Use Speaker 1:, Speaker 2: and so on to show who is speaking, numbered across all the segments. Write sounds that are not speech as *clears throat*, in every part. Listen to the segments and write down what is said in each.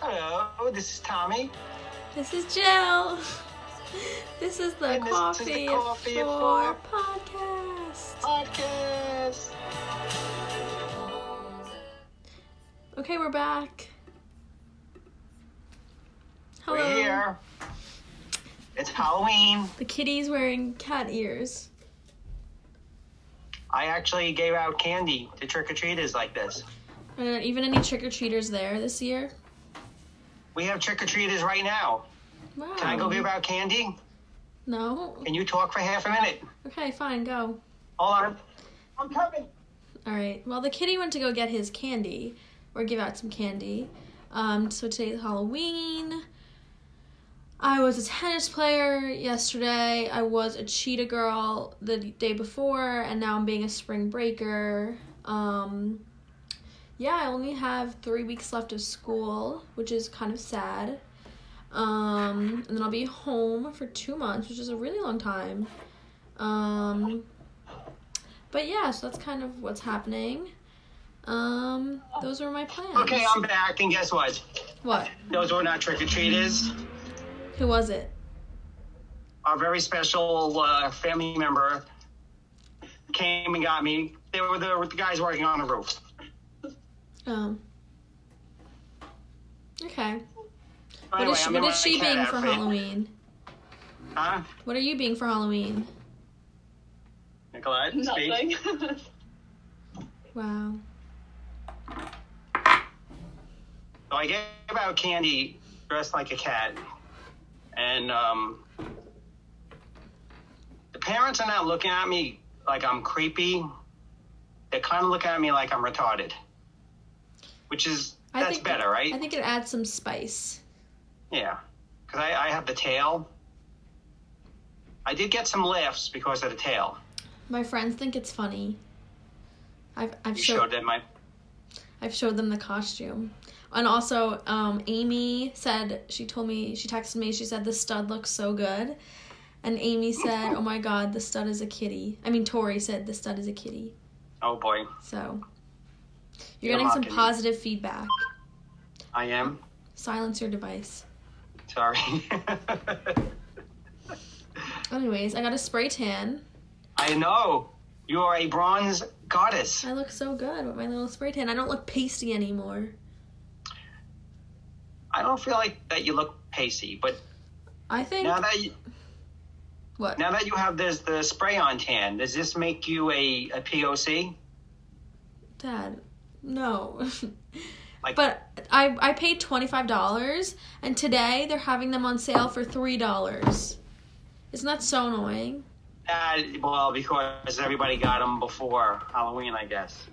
Speaker 1: Hello, this is Tommy.
Speaker 2: This is Jill. *laughs* This is the
Speaker 1: And this is the
Speaker 2: Coffee,
Speaker 1: Coffee at
Speaker 2: at
Speaker 1: Four
Speaker 2: Four podcast.
Speaker 1: Podcast.
Speaker 2: Okay, we're back. Hello.
Speaker 1: We're here. It's Halloween.
Speaker 2: The kitty's wearing cat ears.
Speaker 1: I actually gave out candy to trick or treaters like this.
Speaker 2: Are there even any trick or treaters there this year?
Speaker 1: We have trick or treaters right now.
Speaker 2: Wow.
Speaker 1: Can I go give out candy?
Speaker 2: No.
Speaker 1: Can you talk for half a minute?
Speaker 2: Okay, fine, go.
Speaker 1: Hold on. I'm coming.
Speaker 2: All right. Well, the kitty went to go get his candy or give out some candy. Um, so today's Halloween. I was a tennis player yesterday. I was a cheetah girl the day before, and now I'm being a spring breaker. Um, yeah, I only have three weeks left of school, which is kind of sad. Um, and then I'll be home for two months, which is a really long time. Um, but yeah, so that's kind of what's happening. Um, those are my plans.
Speaker 1: Okay, um, I'm back, and guess what?
Speaker 2: What?
Speaker 1: Those were not trick or treaters.
Speaker 2: Who was it?
Speaker 1: Our very special uh, family member came and got me. They were the guys working on the roof.
Speaker 2: Um. Okay.
Speaker 1: By
Speaker 2: What
Speaker 1: the
Speaker 2: is
Speaker 1: way,
Speaker 2: she,
Speaker 1: I'm
Speaker 2: what
Speaker 1: in
Speaker 2: is
Speaker 1: my
Speaker 2: she
Speaker 1: cat
Speaker 2: being for
Speaker 1: outfit.
Speaker 2: Halloween?
Speaker 1: Huh?
Speaker 2: What are you being for Halloween?
Speaker 1: Nicolette, speak.
Speaker 3: Nothing.
Speaker 2: Wow.
Speaker 1: So I gave out candy dressed like a cat, and um, the parents are not looking at me like I'm creepy. They're kind of looking at me like I'm retarded, which is
Speaker 2: I
Speaker 1: that's
Speaker 2: think
Speaker 1: better, right?
Speaker 2: I think it adds some spice.
Speaker 1: yeah, because I, I have the tail. I did get some laughs because of the tail.
Speaker 2: My friends think it's funny. I've I've
Speaker 1: You
Speaker 2: showed,
Speaker 1: showed them my
Speaker 2: I've showed them the costume. And also, um, Amy said she told me she texted me. She said the stud looks so good, and Amy
Speaker 1: *laughs*
Speaker 2: said, "Oh my God, the stud is a kitty." I mean, Tori said the stud is a kitty.
Speaker 1: oh boy,
Speaker 2: So you're,
Speaker 1: You're
Speaker 2: getting some
Speaker 1: mocking me.
Speaker 2: positive feedback.
Speaker 1: I am
Speaker 2: Silence your device.
Speaker 1: sorry. *laughs*
Speaker 2: Anyways, I got a spray tan.
Speaker 1: I know you are a bronze goddess.
Speaker 2: I look so good with my little spray tan. I don't look pasty anymore.
Speaker 1: I don't feel like that you look pasty, but
Speaker 2: I think
Speaker 1: now that you,
Speaker 2: what?
Speaker 1: now that you have this the spray on tan, does this make you a, a POC?
Speaker 2: Dad, no. *laughs*
Speaker 1: Like-
Speaker 2: but I I paid twenty five dollars, and today they're having them on sale for three dollars. Isn't that so annoying?
Speaker 1: Uh, well, because everybody got them before Halloween, I guess.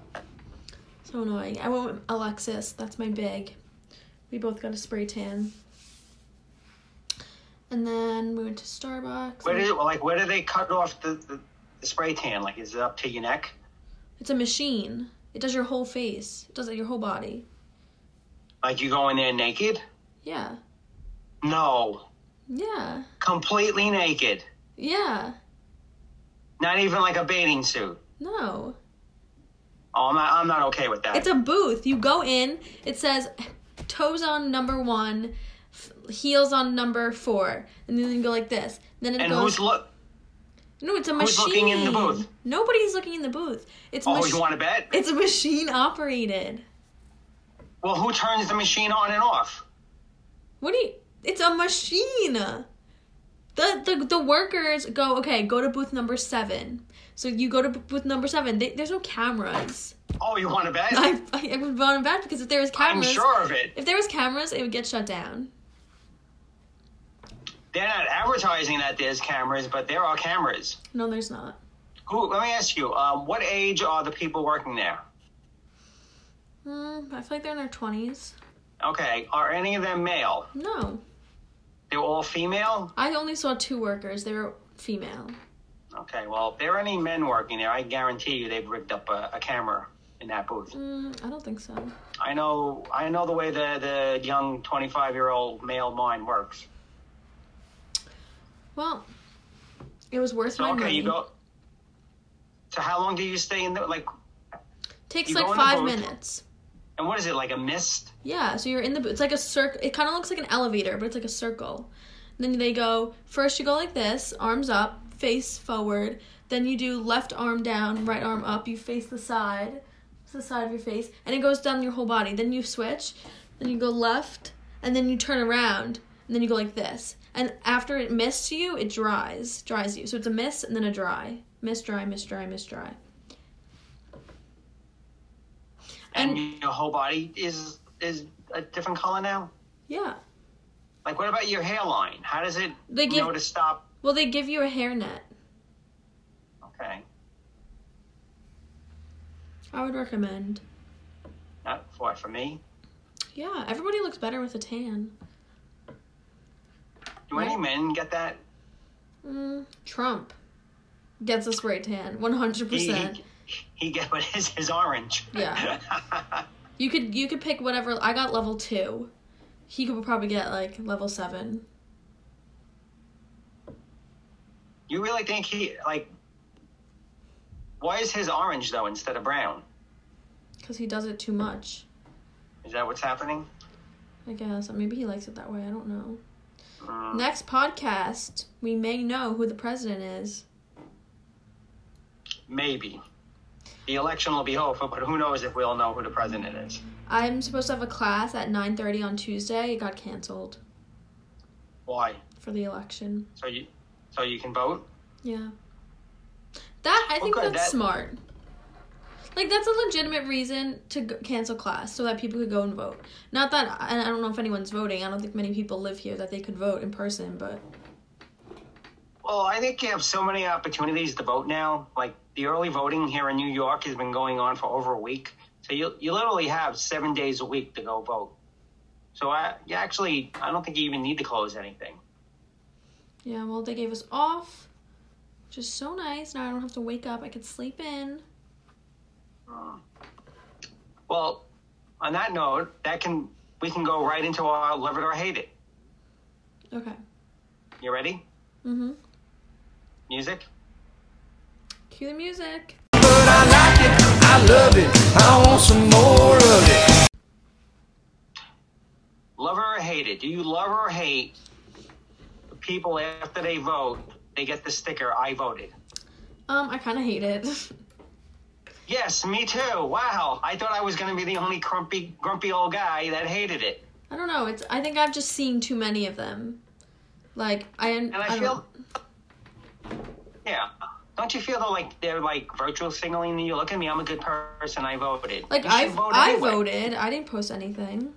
Speaker 2: So annoying. I went with Alexis. That's my big. We both got a spray tan. And then we went to Starbucks.
Speaker 1: Where did like where do they cut off the, the, the spray tan? Like, is it up to your neck?
Speaker 2: It's a machine. It does your whole face. It does it your whole body.
Speaker 1: Like you go in there naked?
Speaker 2: Yeah.
Speaker 1: No,
Speaker 2: Yeah.
Speaker 1: completely naked.
Speaker 2: Yeah.
Speaker 1: Not even like a bathing suit.
Speaker 2: No.
Speaker 1: Oh, I'm not, I'm not okay with that.
Speaker 2: It's a booth. You go in, it says toes on number one, f- heels on number four. And then you go like this. Then it
Speaker 1: and
Speaker 2: goes.
Speaker 1: who's look?
Speaker 2: no, it's a
Speaker 1: who's
Speaker 2: machine.
Speaker 1: looking in the booth?
Speaker 2: Nobody's looking in the booth. It's,
Speaker 1: Oh,
Speaker 2: mach-
Speaker 1: you want to bet?
Speaker 2: it's machine operated.
Speaker 1: Well, who turns the machine on and off?
Speaker 2: What do you. It's a machine. The, the the workers go okay go to booth number seven so you go to b- booth number seven they, there's no cameras
Speaker 1: Oh, you want to bet?
Speaker 2: I, I, I would vote him back because if there was
Speaker 1: I'm
Speaker 2: cameras,
Speaker 1: sure of it.
Speaker 2: if there was cameras, it would get shut down.
Speaker 1: They're not advertising that there's cameras, but there are cameras.
Speaker 2: No, there's not.
Speaker 1: Who? Let me ask you. Um, what age are the people working there?
Speaker 2: Mm, I feel like they're in their twenties.
Speaker 1: Okay, are any of them male?
Speaker 2: No,
Speaker 1: They're all female.
Speaker 2: I only saw two workers. They were female.
Speaker 1: Okay, well, if there are any men working there, I guarantee you they've rigged up a, a camera in that booth.
Speaker 2: Mm, I don't think so.
Speaker 1: I know, I know the way the the young twenty five year old male mind works.
Speaker 2: Well, it was worth
Speaker 1: So
Speaker 2: my
Speaker 1: okay,
Speaker 2: money.
Speaker 1: you go. So how long do you stay in there? Like,
Speaker 2: Takes
Speaker 1: you
Speaker 2: like
Speaker 1: go in the
Speaker 2: five
Speaker 1: booth.
Speaker 2: minutes.
Speaker 1: and what is it? Like a mist?
Speaker 2: Yeah, so you're in the booth. It's like a circle. It kind of looks like an elevator, but it's like a circle. And then they go first. You go like this, arms up, face forward. Then you do left arm down, right arm up. You face the side, to the side of your face, and it goes down your whole body. Then you switch. Then you go left, and then you turn around, and then you go like this. And after it mists you, it dries, dries you. So it's a mist and then a dry, mist, dry, mist, dry, mist, dry.
Speaker 1: And,
Speaker 2: And-
Speaker 1: your whole body is is a different color now.
Speaker 2: Yeah.
Speaker 1: Like, what about your hairline? How does it
Speaker 2: They give
Speaker 1: know to stop?
Speaker 2: well, they give you a hairnet.
Speaker 1: Okay,
Speaker 2: I would recommend.
Speaker 1: not for for me.
Speaker 2: Yeah, everybody looks better with a tan.
Speaker 1: Do any
Speaker 2: Right.
Speaker 1: men get that?
Speaker 2: Mm, Trump gets a spray tan, one hundred
Speaker 1: He,
Speaker 2: percent.
Speaker 1: he, he get but his is orange.
Speaker 2: Yeah. You could you could pick whatever. I got level two. He could probably get like level seven.
Speaker 1: *laughs* you really think he like? Why is his orange though instead of brown?
Speaker 2: because he does it too much.
Speaker 1: Is that what's happening?
Speaker 2: I guess or maybe he likes it that way. I don't know.
Speaker 1: Mm.
Speaker 2: Next podcast, we may know who the president is.
Speaker 1: Maybe. The election will be over, but who knows if we'll know who the president is.
Speaker 2: I'm supposed to have a class at nine thirty on Tuesday. It got canceled
Speaker 1: Why?
Speaker 2: for the election.
Speaker 1: So you so you can vote?
Speaker 2: Yeah. That I
Speaker 1: Well,
Speaker 2: think
Speaker 1: good,
Speaker 2: that's
Speaker 1: that-
Speaker 2: smart. Like that's a legitimate reason to g- cancel class so that people could go and vote. Not that and I don't know if anyone's voting. I don't think many people live here that they could vote in person, but
Speaker 1: Well, I think you have so many opportunities to vote now. Like the early voting here in New York has been going on for over a week. So you you literally have seven days a week to go vote. So I you actually I don't think you even need to close anything.
Speaker 2: yeah, well they gave us off, which is so nice. Now I don't have to wake up. I could sleep in.
Speaker 1: Well, on that note, that can we can go right into our love it or hate it.
Speaker 2: Okay.
Speaker 1: You ready?
Speaker 2: Mhm.
Speaker 1: Music?
Speaker 2: Cue the music.
Speaker 3: But I like it, I love it, I want some more of it.
Speaker 1: love her or hate it. Do you love or hate the people after they vote? They get the sticker "I voted."
Speaker 2: Um I kind of hate it. *laughs*
Speaker 1: Yes, me too. Wow, I thought I was going to be the only grumpy, grumpy old guy that hated it.
Speaker 2: I don't know. It's I think I've just seen too many of them. Like I and
Speaker 1: I
Speaker 2: I,
Speaker 1: feel-
Speaker 2: feel
Speaker 1: Yeah, don't you feel though like they're like virtual signaling you? Look at me, I'm a good person. I voted.
Speaker 2: like
Speaker 1: You should
Speaker 2: I I
Speaker 1: anyway.
Speaker 2: voted. I didn't post anything.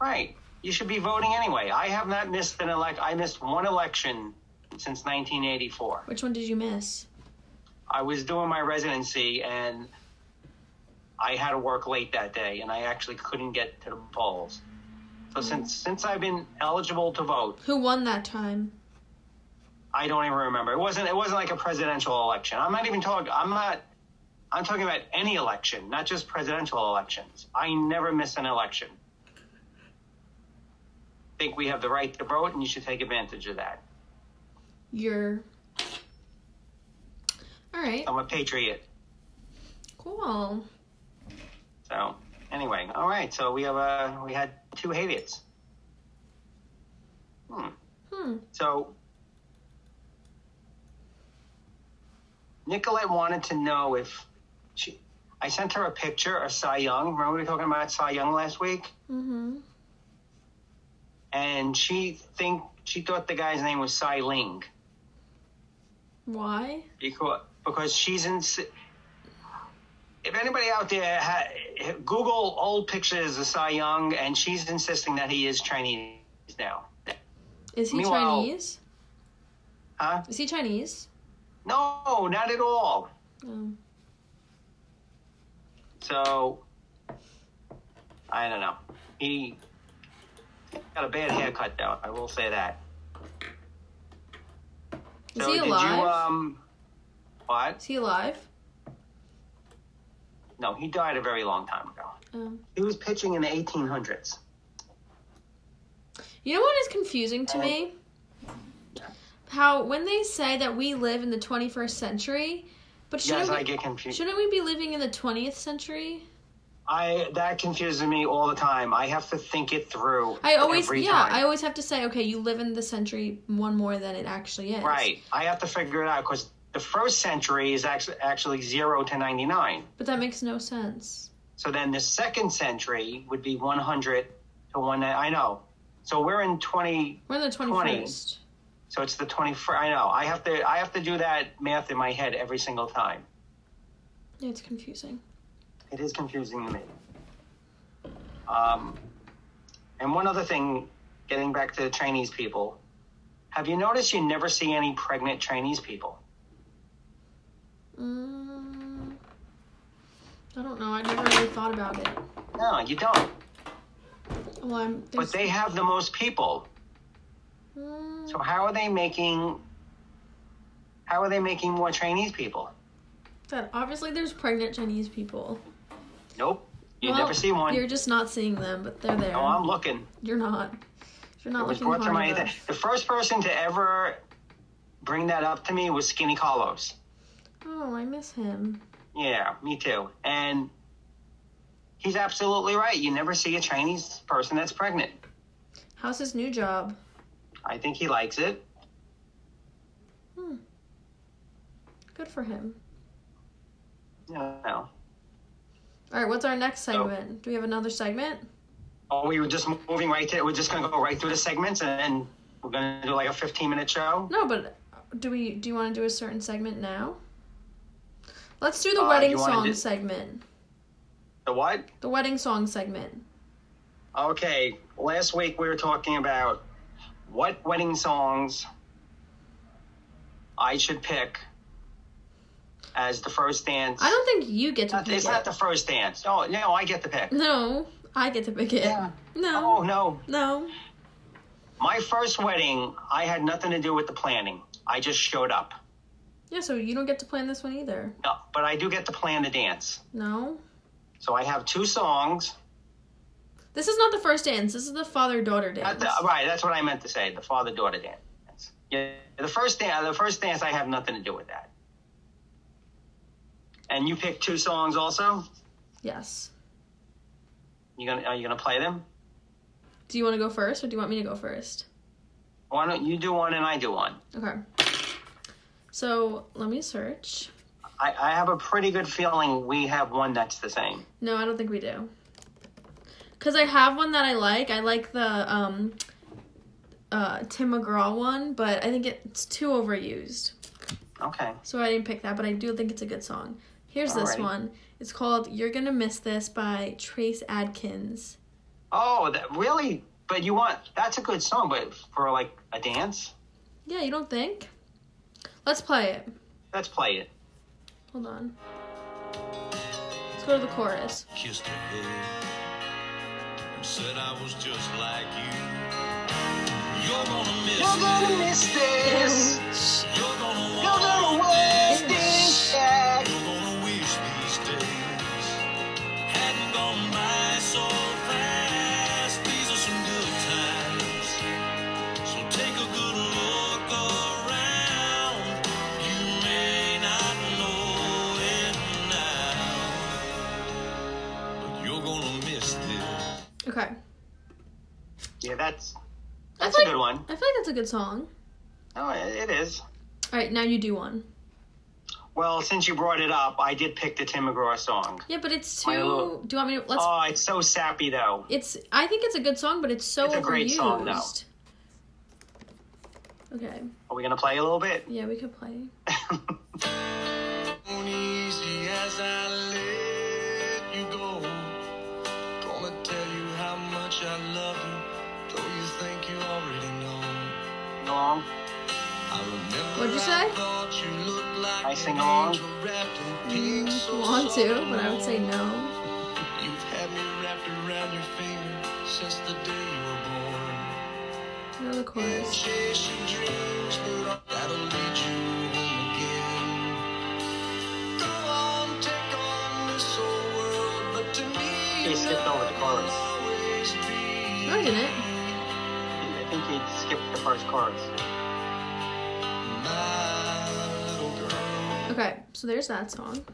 Speaker 1: Right, you should be voting anyway. I have not missed an elect. I missed one election since 1984.
Speaker 2: Which one did you miss?
Speaker 1: I was doing my residency and I had to work late that day and I actually couldn't get to the polls. So since since I've been eligible to vote,
Speaker 2: Who won that time?
Speaker 1: I don't even remember. It wasn't it wasn't like a presidential election. I'm not even talking I'm not I'm talking about any election, not just presidential elections. I never miss an election. think we have the right to vote and you should take advantage of that.
Speaker 2: Your. All right.
Speaker 1: I'm a patriot.
Speaker 2: Cool.
Speaker 1: So anyway, all right. So we have uh we had two Havians. Hmm.
Speaker 2: Hmm.
Speaker 1: So Nicolette wanted to know if she. I sent her a picture of Cy Young. Remember we were talking about Cy Young last week,
Speaker 2: Mhm.
Speaker 1: and she think she thought the guy's name was Cy Ling
Speaker 2: Why?
Speaker 1: because because she's in. s- If anybody out there ha, Google old pictures of Cy Young, and she's insisting that he is Chinese now.
Speaker 2: Is he
Speaker 1: Meanwhile-
Speaker 2: Chinese?
Speaker 1: Huh?
Speaker 2: Is he Chinese?
Speaker 1: No, not at all.
Speaker 2: Oh.
Speaker 1: So I don't know. He got a bad haircut though, I will say that.
Speaker 2: Is
Speaker 1: so
Speaker 2: he
Speaker 1: did
Speaker 2: alive?
Speaker 1: you um what?
Speaker 2: Is he alive?
Speaker 1: No, he died a very long time ago.
Speaker 2: Um,
Speaker 1: He was pitching in the 1800s.
Speaker 2: You know what is confusing
Speaker 1: Oh.
Speaker 2: to me? How when they say that we live in the 21st century, but
Speaker 1: Yes,
Speaker 2: shouldn't
Speaker 1: I
Speaker 2: we,
Speaker 1: get confused.
Speaker 2: shouldn't we be living in the 20th century?
Speaker 1: I that confuses me all the time. I have to think it through.
Speaker 2: I always
Speaker 1: every
Speaker 2: yeah,
Speaker 1: time.
Speaker 2: I always have to say okay, you live in the century one more than it actually is.
Speaker 1: right. I have to figure it out because the first century is actually actually zero to 99.
Speaker 2: But that makes no sense.
Speaker 1: So then the second century would be 100 to one. I know. So we're in 20.
Speaker 2: We're in the 21st.
Speaker 1: So it's the 21st. I know. I have to. I have to do that math in my head every single time.
Speaker 2: Yeah, it's confusing.
Speaker 1: It is confusing to me. Um, and one other thing, getting back to the Chinese people, have you noticed you never see any pregnant Chinese people?
Speaker 2: Mm, I don't know. I never really thought about it.
Speaker 1: No, you don't.
Speaker 2: Well, I'm
Speaker 1: But
Speaker 2: there's-
Speaker 1: they have the most people.
Speaker 2: Mm,
Speaker 1: So how are they making? How are they making more Chinese people?
Speaker 2: that obviously there's pregnant Chinese people.
Speaker 1: Nope. You
Speaker 2: Well,
Speaker 1: never see one.
Speaker 2: You're just not seeing them, but they're there.
Speaker 1: No, Oh, I'm looking.
Speaker 2: You're not. You're not
Speaker 1: It was
Speaker 2: looking
Speaker 1: brought to
Speaker 2: hard
Speaker 1: my
Speaker 2: enough.
Speaker 1: The first person to ever bring that up to me was Skinny Carlos.
Speaker 2: Oh, I miss him.
Speaker 1: Yeah, me too. And he's absolutely right. You never see a Chinese person that's pregnant.
Speaker 2: How's his new job?
Speaker 1: I think he likes it.
Speaker 2: Hmm. Good for him.
Speaker 1: You know.
Speaker 2: All right, what's our next segment? Do we have another segment?
Speaker 1: Oh, we were just moving right to. We're just gonna go right through the segments, and then we're gonna do like a fifteen-minute show.
Speaker 2: No, but uh, do we? Do you want to do a certain segment now? Let's do the
Speaker 1: Uh,
Speaker 2: wedding
Speaker 1: you wanna
Speaker 2: song
Speaker 1: do-
Speaker 2: segment.
Speaker 1: The what?
Speaker 2: The wedding song segment.
Speaker 1: Okay. Last week we were talking about what wedding songs I should pick as the first dance.
Speaker 2: I don't think you get to
Speaker 1: Not-
Speaker 2: pick
Speaker 1: It's
Speaker 2: it.
Speaker 1: not the first dance. No, no, I get Uh, the pick.
Speaker 2: No, I get to pick it.
Speaker 1: Yeah.
Speaker 2: No,
Speaker 1: Oh no,
Speaker 2: no.
Speaker 1: My first wedding, I had nothing to do with the planning. I just showed up.
Speaker 2: Yeah, so you don't get to plan this one either.
Speaker 1: No, but I do get to plan the dance.
Speaker 2: No.
Speaker 1: So I have two songs.
Speaker 2: This is not the first dance. This is the father daughter
Speaker 1: Uh,
Speaker 2: dance.
Speaker 1: th- right, that's what I meant to say. The father-daughter dance. Yeah, the first dance. The first dance. I have nothing to do with that. And you picked two songs also.
Speaker 2: Yes.
Speaker 1: You gonna are you gonna play them?
Speaker 2: Do you want to go first, or do you want me to go first?
Speaker 1: Why don't you do one and I do one?
Speaker 2: Okay. So let me search.
Speaker 1: I, I have a pretty good feeling we have one that's the same.
Speaker 2: No, I don't think we do. Cause I have one that I like. I like the um, uh, Tim McGraw one, but I think it's too overused.
Speaker 1: Okay.
Speaker 2: So I didn't pick that, but I do think it's a good song. Here's this
Speaker 1: Alrighty.
Speaker 2: one. It's called "You're Gonna Miss This" by Trace Adkins.
Speaker 1: Oh, that really? But you want that's a good song, but for like a dance.
Speaker 2: Yeah, you don't think? Let's play it.
Speaker 1: Let's play it.
Speaker 2: Hold on. Let's go to the chorus.
Speaker 4: kissed her head and said I was just like you. You're gonna miss
Speaker 1: You're gonna miss this.
Speaker 4: this. You're gonna
Speaker 1: You're
Speaker 4: want-
Speaker 1: gonna wish this back.
Speaker 4: You're gonna wish these days hadn't gone by so fast. These are some good times. So take a good look around. You may not know it now, but you're gonna miss this.
Speaker 2: Okay.
Speaker 1: Yeah, that's
Speaker 2: That's
Speaker 1: that's a good one.
Speaker 2: I feel like that's a good song.
Speaker 1: No, oh, it it is.
Speaker 2: All right, now you do one.
Speaker 1: Well, since you brought it up, I did pick the Tim McGraw song.
Speaker 2: Yeah, but it's
Speaker 1: My
Speaker 2: too.
Speaker 1: little-
Speaker 2: Do you want me to? Let's.
Speaker 1: Oh, it's so sappy though.
Speaker 2: it's. I think it's a good song, but it's so
Speaker 1: It's
Speaker 2: overused.
Speaker 1: a great song, though.
Speaker 2: Okay.
Speaker 1: Are we gonna play a little bit? *laughs*
Speaker 2: Yeah, we could play.
Speaker 4: Easy as I let you go. Gonna tell you how much I love you, though you think you already know.
Speaker 1: Long.
Speaker 4: I remember
Speaker 2: What'd you
Speaker 4: I
Speaker 2: say?
Speaker 4: thought you looked like
Speaker 1: I
Speaker 4: an
Speaker 1: sing along?
Speaker 4: angel wrapped in pink,
Speaker 2: If
Speaker 4: so
Speaker 2: you want to,
Speaker 4: soft
Speaker 2: but I would say
Speaker 4: and
Speaker 2: no.
Speaker 4: warm. You've had me wrapped around your finger since the day you were born.
Speaker 2: Go to the chorus.
Speaker 4: Chase your dreams, but that'll lead you
Speaker 1: you skipped over the chorus.
Speaker 2: No, I didn't.
Speaker 1: I think you skipped the first chorus.
Speaker 2: Okay, so there's that song.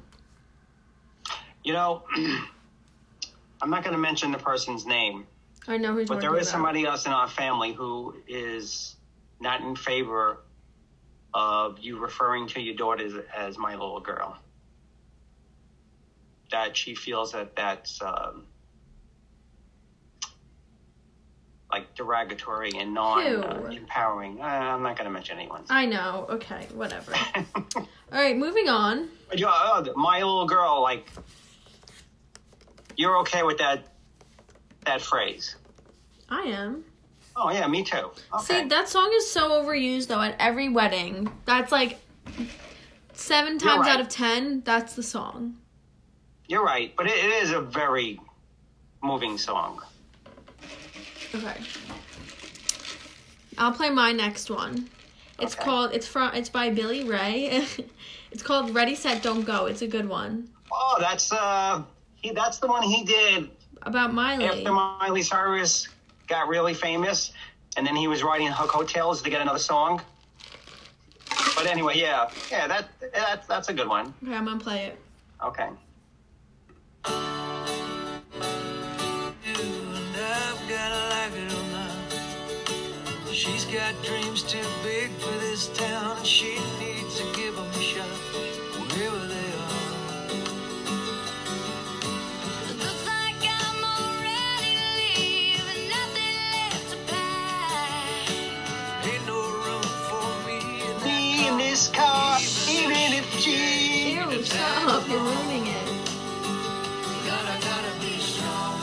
Speaker 1: You know, *clears throat* I'm not going to mention the person's name,
Speaker 2: I know who's.
Speaker 1: but there is somebody else in our family who is not in favor of you referring to your daughters as my little girl. That she feels that that's um, like derogatory and non uh,
Speaker 2: Ew.
Speaker 1: empowering. Uh, I'm not going to mention anyone's.
Speaker 2: I know. Okay, whatever.
Speaker 1: *laughs*
Speaker 2: All right, moving on.
Speaker 1: Yeah, uh, my little girl, like, you're okay with that that phrase?
Speaker 2: I am.
Speaker 1: Oh yeah, me too. Okay.
Speaker 2: See, that song is so overused though at every wedding. That's like seven times
Speaker 1: right.
Speaker 2: out of ten. That's the song.
Speaker 1: you're right, but it, it is a very moving song.
Speaker 2: Okay. I'll play my next one. It's
Speaker 1: Okay.
Speaker 2: called. It's from. It's by Billy Ray. *laughs* it's called Ready Set Don't Go. It's a good one
Speaker 1: Oh, that's uh, he that's the one he did
Speaker 2: about Miley.
Speaker 1: after Miley Cyrus got really famous, and then he was writing Hook Hotels to get another song. But anyway, yeah, yeah, that, that that's a good one.
Speaker 2: Okay, I'm gonna play it.
Speaker 1: Okay.
Speaker 4: And I've got to like it or not. She's got dreams too big for this town, and she needs to give 'em a shot wherever they are.
Speaker 5: Looks like I'm already leaving, nothing left to pack.
Speaker 4: Ain't no room for me in that
Speaker 1: Me in this car, even if she.
Speaker 2: Ew, stop! You're ruining it.
Speaker 4: gotta, gotta be strong.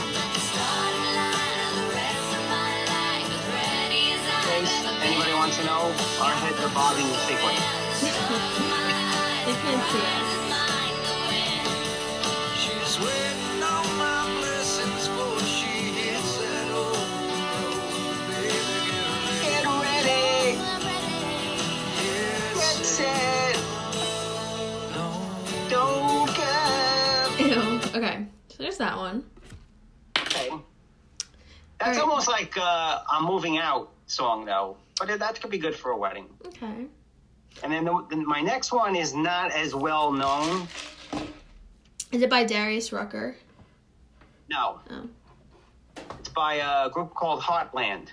Speaker 5: I'm at the starting line, and the rest of my life is ready as I've
Speaker 1: case
Speaker 5: ever been.
Speaker 1: anybody wants to know, our hit the bobbing sequence.
Speaker 2: They can't see it.
Speaker 5: Mind the wind.
Speaker 4: She's waiting on my blessings for she hits that old road. Baby, get
Speaker 1: Get ready, get set,
Speaker 4: ready. No.
Speaker 1: don't go.
Speaker 2: Ew. Okay, so there's that one.
Speaker 1: Okay. That's
Speaker 2: Alright.
Speaker 1: almost like uh, a moving out song, though. But that could be good for a wedding.
Speaker 2: Okay.
Speaker 1: And then, the, then my next one is not as well known.
Speaker 2: Is it by Darius Rucker?
Speaker 1: No,
Speaker 2: Oh.
Speaker 1: it's by a group called Heartland.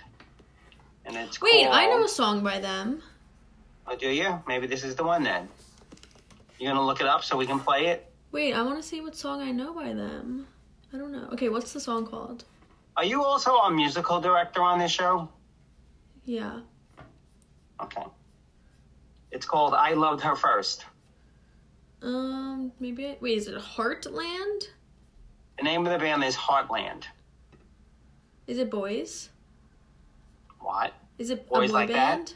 Speaker 1: And it's
Speaker 2: Wait,
Speaker 1: called,
Speaker 2: I know a song by them.
Speaker 1: Oh, do you? Maybe this is the one then. You gonna look it up so we can play it?
Speaker 2: Wait, I want to see what song I know by them. I don't know. Okay, what's the song called?
Speaker 1: Are you also a musical director on this show?
Speaker 2: Yeah.
Speaker 1: Okay. It's called I Loved Her First.
Speaker 2: Um, maybe. I, wait, is it Heartland?
Speaker 1: The name of the band is Heartland.
Speaker 2: Is it Boys?
Speaker 1: What?
Speaker 2: Is it
Speaker 1: Boys
Speaker 2: a boy
Speaker 1: Like That?
Speaker 2: band?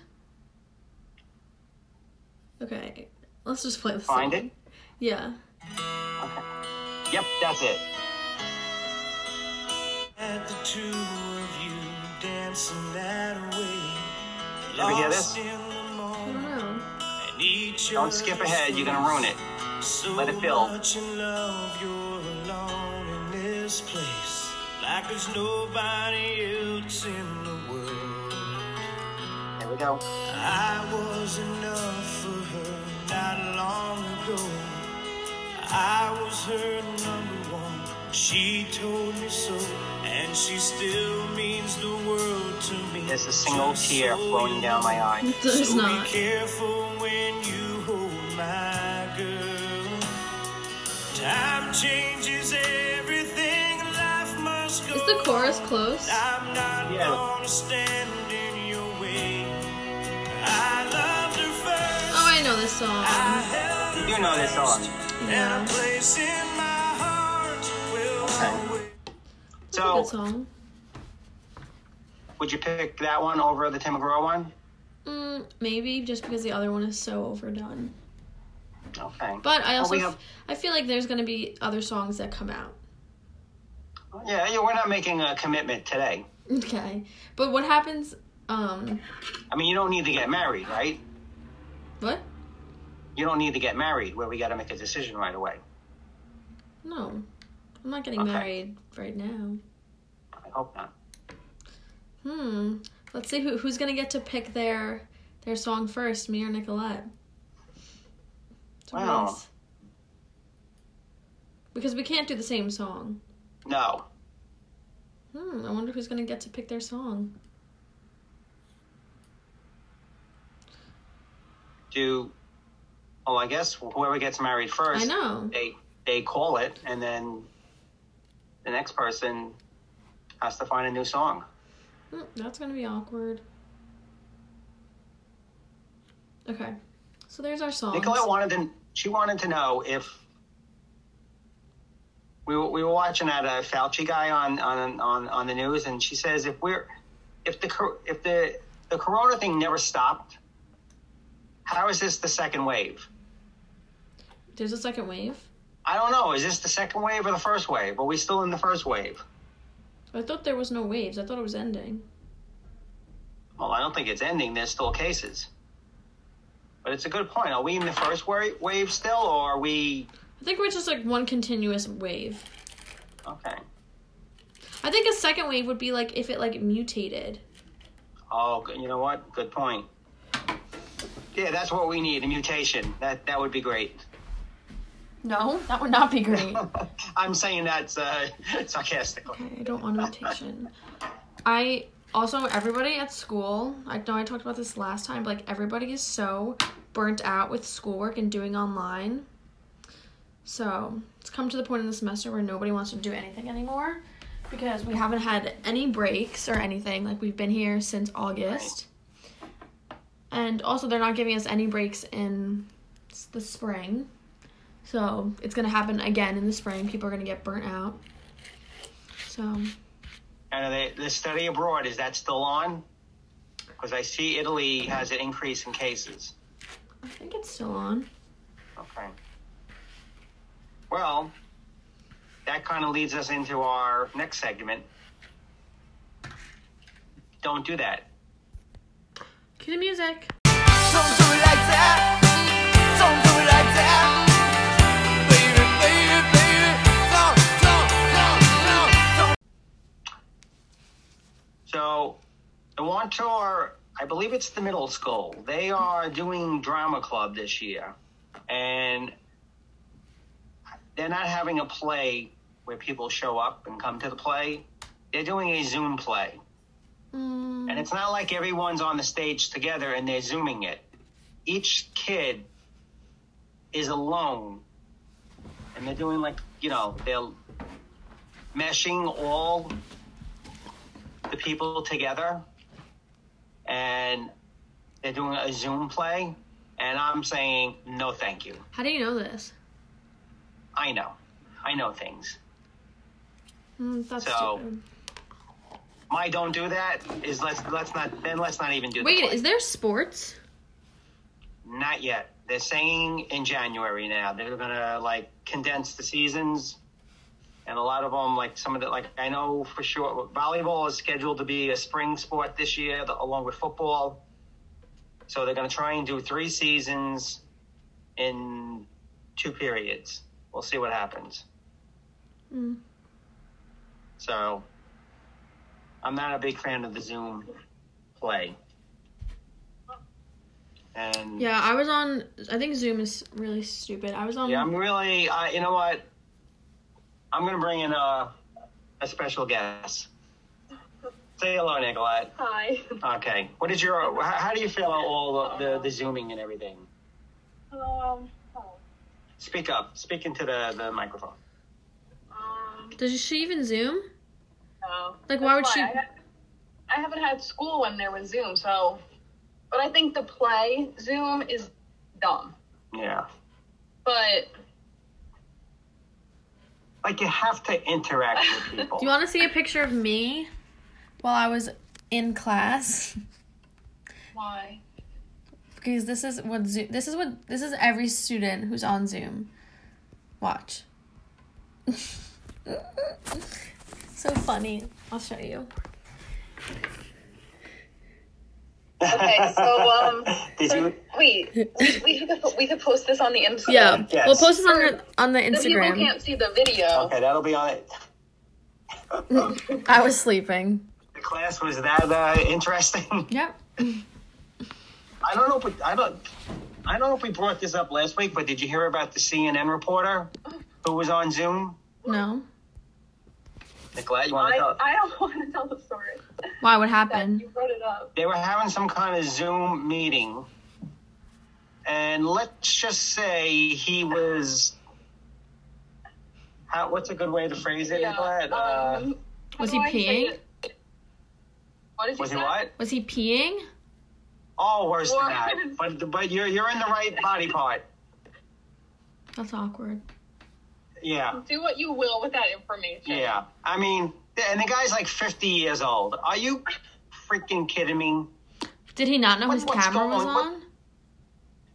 Speaker 2: Okay, let's just play the song.
Speaker 1: Find it?
Speaker 2: Yeah.
Speaker 1: Yep, that's it.
Speaker 4: At the two of you dancing that way.
Speaker 1: Did we hear this?
Speaker 4: Lost in the
Speaker 2: I don't
Speaker 4: moment
Speaker 2: know.
Speaker 4: and each
Speaker 1: Don't skip ahead, you're gonna ruin it.
Speaker 4: So
Speaker 1: Let it build.
Speaker 4: much in love, you're alone in this place. Like there's nobody else in the world.
Speaker 1: Here we go.
Speaker 4: I was enough for her not long ago. I was her number one. She told me so, and she still means the world to me.
Speaker 1: There's a single
Speaker 4: Just
Speaker 1: tear
Speaker 4: so
Speaker 1: flowing
Speaker 4: you
Speaker 1: down my eye.
Speaker 2: There's
Speaker 4: so
Speaker 2: not.
Speaker 4: be careful when you hold my girl. Time changes everything. Life must go.
Speaker 2: Is the chorus close? Oh,
Speaker 4: I'm not
Speaker 1: Yeah.
Speaker 4: gonna stand in your way. I loved her first.
Speaker 2: Oh, I know this
Speaker 4: I
Speaker 2: song.
Speaker 4: held her
Speaker 1: You know this song.
Speaker 4: and
Speaker 2: Yeah.
Speaker 4: a place in my heart will
Speaker 1: Okay.
Speaker 4: always.
Speaker 2: It's a
Speaker 1: So,
Speaker 2: good song.
Speaker 1: would you pick that one over the Tim McGraw one?
Speaker 2: Mm, maybe just because the other one is so overdone.
Speaker 1: Okay.
Speaker 2: But I
Speaker 1: Well,
Speaker 2: also,
Speaker 1: we
Speaker 2: f-
Speaker 1: have-
Speaker 2: I feel like there's gonna be other songs that come out. *laughs*
Speaker 1: Yeah, yeah, we're not making a commitment today.
Speaker 2: Okay, but what happens? Um,
Speaker 1: I mean, you don't need to get married, right?
Speaker 2: what?
Speaker 1: You don't need to get married where we gotta make a decision right away.
Speaker 2: No, I'm not getting
Speaker 1: Okay.
Speaker 2: married right now.
Speaker 1: I hope not.
Speaker 2: Hmm. Let's see who who's gonna get to pick their their song first, me or Nicolette. It's a
Speaker 1: Wow.
Speaker 2: race. Because we can't do the same song.
Speaker 1: No.
Speaker 2: Hmm. I wonder who's gonna get to pick their song.
Speaker 1: Do. Oh, I guess whoever gets married first.
Speaker 2: I know.
Speaker 1: They they call it, and then the next person has to find a new song.
Speaker 2: Mm, That's gonna be awkward. Okay. So there's our songs.
Speaker 1: Nicolette wanted to. She wanted to know if we were, we were watching that uh, Fauci guy on, on on on the news, and she says if we're if the cor- if the the Corona thing never stopped, how is this the second wave?
Speaker 2: There's a second wave.
Speaker 1: I don't know. Is this the second wave or the first wave? Are we still in the first wave?
Speaker 2: I thought there was no waves. I thought it was ending.
Speaker 1: Well, I don't think it's ending. There's still cases. But it's a good point. Are we in the first wa- wave still, or are we
Speaker 2: I think we're just like one continuous wave.
Speaker 1: okay?
Speaker 2: I think a second wave would be like if it like mutated.
Speaker 1: Oh, good- you know what? Good point. Yeah, that's what we need—a mutation. That that would be great. *laughs*
Speaker 2: No, that would not be great.
Speaker 1: I'm saying that uh, *laughs* sarcastically.
Speaker 2: I don't want a mutation. I also everybody at school. I know I talked about this last time. But like everybody is so burnt out with schoolwork and doing online. So it's come to the point in the semester where nobody wants to do anything anymore because we haven't had any breaks or anything. Like we've been here since August, and also they're not giving us any breaks in s- the spring. So it's gonna happen again in the spring. People are gonna get burnt out. So
Speaker 1: And the, the study abroad is that still on? Because I see Italy has an increase in cases.
Speaker 2: I think it's still on.
Speaker 1: Okay. Well, that kind of leads us into our next segment. Don't do that.
Speaker 2: Cue the music.
Speaker 3: Don't do it like that. Don't do it like that. Baby, baby, baby. Don't, don't, don't, don't, don't.
Speaker 1: So, the one tour, I believe it's the middle school. They are doing drama club this year, and they're not having a play where people show up and come to the play. They're doing a Zoom play,
Speaker 2: Mm,
Speaker 1: and it's not like everyone's on the stage together and they're zooming it. Each kid is alone, and they're doing like you know they're meshing all the people together and they're doing a Zoom play, and I'm saying, no, thank you.
Speaker 2: how do you know this?
Speaker 1: I know. I know things.
Speaker 2: Mm, that's
Speaker 1: So-
Speaker 2: stupid.
Speaker 1: My don't do that is let's let's not then let's not even do the
Speaker 2: Wait,
Speaker 1: play.
Speaker 2: is there sports?
Speaker 1: not yet. They're saying in January now they're gonna like condense the seasons, and a lot of them like some of the like I know for sure volleyball is scheduled to be a spring sport this year the- along with football, so they're gonna try and do three seasons in two periods. We'll see what happens.
Speaker 2: Mm.
Speaker 1: So I'm not a big fan of the Zoom play. And
Speaker 2: Yeah, I was on. I think Zoom is really stupid. I was on.
Speaker 1: Yeah, I'm really. Uh, you know what? I'm gonna bring in a a special guest. Say hello, Nicolette.
Speaker 6: Hi.
Speaker 1: Okay. What is your? How, how do you feel about all the, the the zooming and everything?
Speaker 6: Um,
Speaker 1: Speak up. Speak into the the microphone.
Speaker 6: um,
Speaker 2: Does she even Zoom?
Speaker 6: no.
Speaker 2: Like, why would
Speaker 6: Oh, um, That's
Speaker 2: she-
Speaker 6: I, ha- I haven't had school when there was Zoom, so. But I think the play Zoom is dumb.
Speaker 1: Yeah.
Speaker 6: But
Speaker 1: Like you have to interact with people.
Speaker 2: Do you want to see a picture of me while I was in class? *laughs*
Speaker 6: why?
Speaker 2: Because this is what Zoom. This is what this is every student who's on Zoom. Watch. *laughs* so funny. I'll show you.
Speaker 6: *laughs* Okay, so um,
Speaker 1: *laughs* Did you
Speaker 6: Wait, we, we could po- we could post this on the Instagram.
Speaker 2: Yeah,
Speaker 1: Yes.
Speaker 2: we'll post this on the on the
Speaker 6: The people
Speaker 2: Instagram.
Speaker 6: can't see the video.
Speaker 1: Okay, that'll be on
Speaker 6: *laughs*
Speaker 1: it.
Speaker 2: I was sleeping.
Speaker 1: The class was that uh, interesting. *laughs*
Speaker 2: Yep.
Speaker 1: I don't know, if we, I don't, I don't know if we brought this up last week, but did you hear about the CNN reporter who was on Zoom?
Speaker 2: No.
Speaker 1: Nicolette, you want to
Speaker 6: I,
Speaker 1: tell?
Speaker 6: I don't *laughs* want to tell the story.
Speaker 2: Why? What
Speaker 6: That
Speaker 2: happened?
Speaker 6: you brought it up.
Speaker 1: they were having some kind of Zoom meeting, and let's just say he was. How, what's a good way to phrase it,
Speaker 6: Yeah.
Speaker 1: Nicolette? uh,
Speaker 6: Um, how
Speaker 2: Was
Speaker 6: do
Speaker 2: he
Speaker 6: I say
Speaker 2: peeing?
Speaker 6: it? What did you
Speaker 1: was
Speaker 6: say?
Speaker 1: he what?
Speaker 2: Was he peeing?
Speaker 1: Oh, worse than *laughs*
Speaker 6: Worse.
Speaker 1: that. But but you're you're in the right body part.
Speaker 2: That's awkward.
Speaker 1: Yeah,
Speaker 6: Do what you will with that information.
Speaker 1: yeah. I mean, and the guy's like 50 years old. Are you freaking kidding me?
Speaker 2: Did he not know
Speaker 1: What-
Speaker 2: his
Speaker 1: what's
Speaker 2: camera
Speaker 1: going
Speaker 2: was
Speaker 1: on?
Speaker 2: on?